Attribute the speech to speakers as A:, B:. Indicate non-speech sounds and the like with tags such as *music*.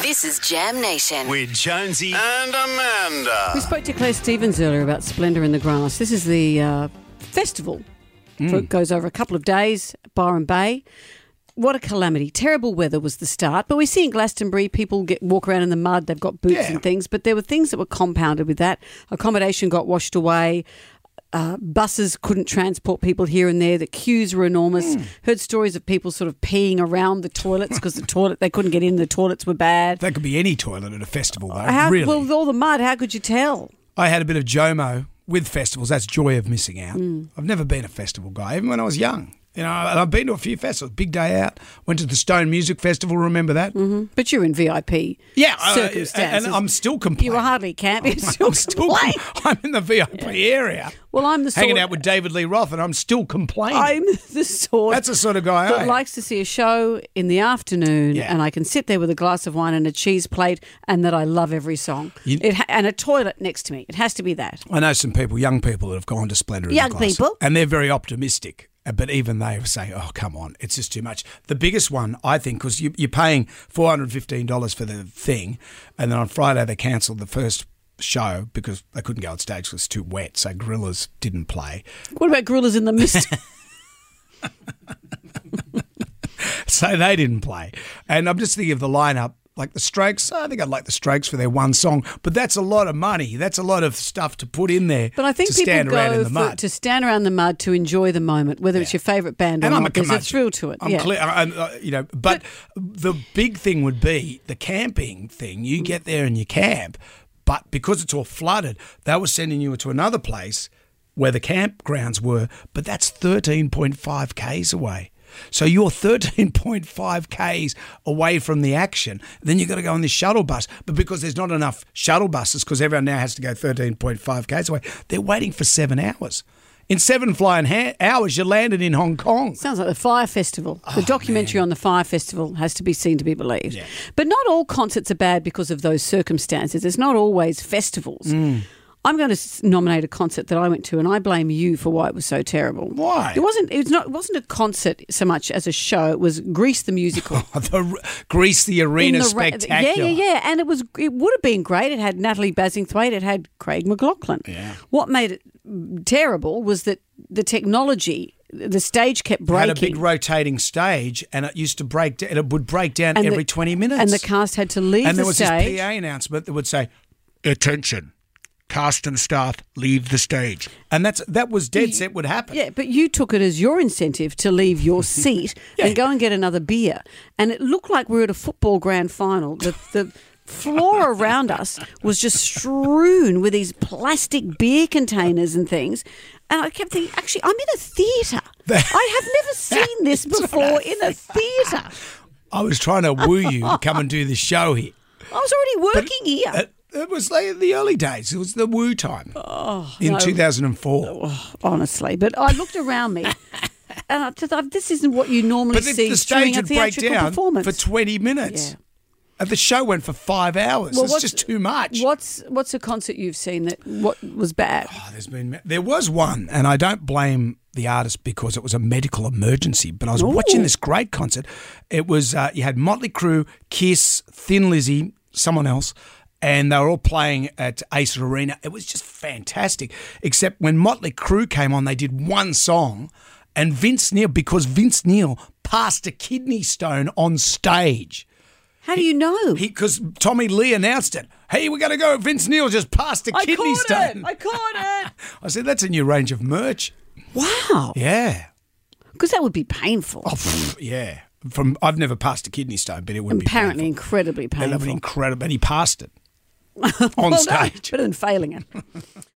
A: This is Jam Nation.
B: with Jonesy.
C: and Amanda.
D: We spoke to Claire Stevens earlier about Splendour in the Grass. This is the uh, festival that goes over a couple of days at Byron Bay. What a calamity. Terrible weather was the start, but we see in Glastonbury people get walk around in the mud, they've got boots and things, but there were things that were compounded with that. Accommodation got washed away. Uh, buses couldn't transport people here and there. The queues were enormous. Heard stories of people sort of peeing around the toilets because the toilet they couldn't get in. The toilets were bad.
E: That could be any toilet at a festival, though.
D: How,
E: really,
D: Well, with all the mud, how could you tell?
E: I had a bit of Jomo with festivals. That's joy of missing out.
D: Mm.
E: I've never been a festival guy, even when I was young. You know, and I've been to a few festivals. Big Day Out. Went to the Stone Music Festival. Remember that?
D: But you're in VIP.
E: Yeah, I- I-
D: Mm-hmm. circumstances.
E: and *laughs* I'm Oh still
D: You
E: complaining.
D: were hardly camp. You're still,
E: I'm still.
D: complaining.
E: *laughs* I'm in the VIP area,
D: Well, I'm the sort,
E: hanging out with David Lee Roth, and I'm still
D: *laughs*
E: complaining.
D: I'm the sort.
E: That's the sort of guy I
D: that
E: am.
D: likes to see a show in the afternoon,
E: Yeah.
D: and I can sit there with a glass of wine and a cheese plate, and that I love every song. it ha- and a toilet next to me. It has to be that.
E: I know some people, young people, that have gone to Splendor. in the
D: Young
E: Glass,
D: people?
E: and they're very optimistic. uh, But even they say, "Oh, come on, it's just too much." The biggest one, I think, because you, you're paying four hundred fifteen dollars for the thing, and then on Friday they cancelled the first show because they couldn't go on stage because it's too wet. So Gorillas didn't play. *laughs*
D: What about Gorillas in the Mist?
E: so they didn't play. And I'm just thinking of the lineup, like the Strokes. I think I'd like the Strokes for their one song, but that's a lot of money. That's a lot of stuff to put in there.
D: But I think
E: to
D: people
E: stand
D: go
E: around in the
D: for-
E: mud.
D: to stand around the mud to enjoy the moment, whether it's your favourite band or
E: and
D: not.
E: I'm a
D: There's a
E: curmudgeon.
D: thrill to it.
E: I'm
D: yeah.
E: clear, I, I- uh, you know. But, the big thing would be the camping thing. You get there and you camp, but because it's all flooded, they were sending you to another place where the campgrounds were. But that's 13.5 k's away. So you're 13.5 k's away from the action. Then you've got to go on this shuttle bus, but because there's not enough shuttle buses, because everyone now has to go 13.5 k's away, they're waiting for seven hours. In seven flying ha- hours, you landed in Hong Kong.
D: Sounds like the Fire Festival.
E: Oh,
D: the documentary on the Fire Festival has to be seen to be believed. But not all concerts are bad because of those circumstances. It's not always festivals.
E: Mm.
D: I'm going to s- nominate a concert that I went to, and I blame you for why it was so terrible.
E: Why?
D: It wasn't. It was not. It wasn't a concert so much as a show. It was Grease the
E: *laughs*
D: musical.
E: Oh, the Greece the Arena
D: In the ra- Yeah,
E: spectacular.
D: yeah, yeah. And it was it would have been great. It had Natalie Basingthwaite. It had Craig McLaughlin. Yeah. What made it terrible was that the technology, the stage kept breaking.
E: Had a big rotating stage, and it used to break. da- And it would break down
D: And the-
E: every twenty minutes.
D: And the cast had to leave
E: And
D: the
E: there was
D: stage.
E: this PA announcement that would say, "Attention, cast and staff, leave the stage." And that's that was dead set would happen.
D: Yeah, but you took it as your incentive to leave
E: *laughs*
D: your seat and go and get another beer. And it looked like we were at a football grand final. The, the floor
E: *laughs*
D: around us was just strewn with these plastic beer containers and things. And I kept thinking, actually, I'm in a theatre. I have
E: *laughs*
D: never seen this before in a theatre.
E: I was trying to woo you to come and do this show here.
D: I was already working here.
E: It, it was like the early days. It was the woo time in
D: Oh, no. Oh,
E: two thousand and four.
D: honestly. But I looked around
E: *laughs*
D: me, and I just thought, this isn't what you normally
E: But the,
D: see
E: the
D: during
E: stage
D: a
E: would break
D: theatrical
E: down
D: performance.
E: for twenty minutes.
D: Yeah.
E: And the show went for five hours.
D: Well,
E: it's
D: what's-
E: just too much.
D: What's what's a concert you've seen that what was bad?
E: Oh, there's been there was one, and I don't blame the artist because it was a medical emergency. But I was watching this great concert. It was uh, you had Motley Crue, Kiss, Thin Lizzy, someone else, and they were all playing at Ace Arena. It was just fantastic. Except when Motley Crue came on, they did one song, and Vince Neil because Vince Neil passed a kidney stone on stage
D: How do you know?
E: because Tommy Lee announced it. Hey, we're going to go. Vince Neil just passed a
D: I
E: kidney
D: caught
E: stone.
D: it. I
E: *laughs*
D: caught it.
E: I said, that's a new range of merch.
D: Wow,
E: Yeah.
D: because that would be painful.
E: Oh, pff, yeah. From I've never passed a kidney stone, but it would
D: Apparently,
E: be
D: incredibly
E: painful. That would
D: painful.
E: be incredible. And he passed it on
D: *laughs* well, no,
E: stage.
D: better than failing it.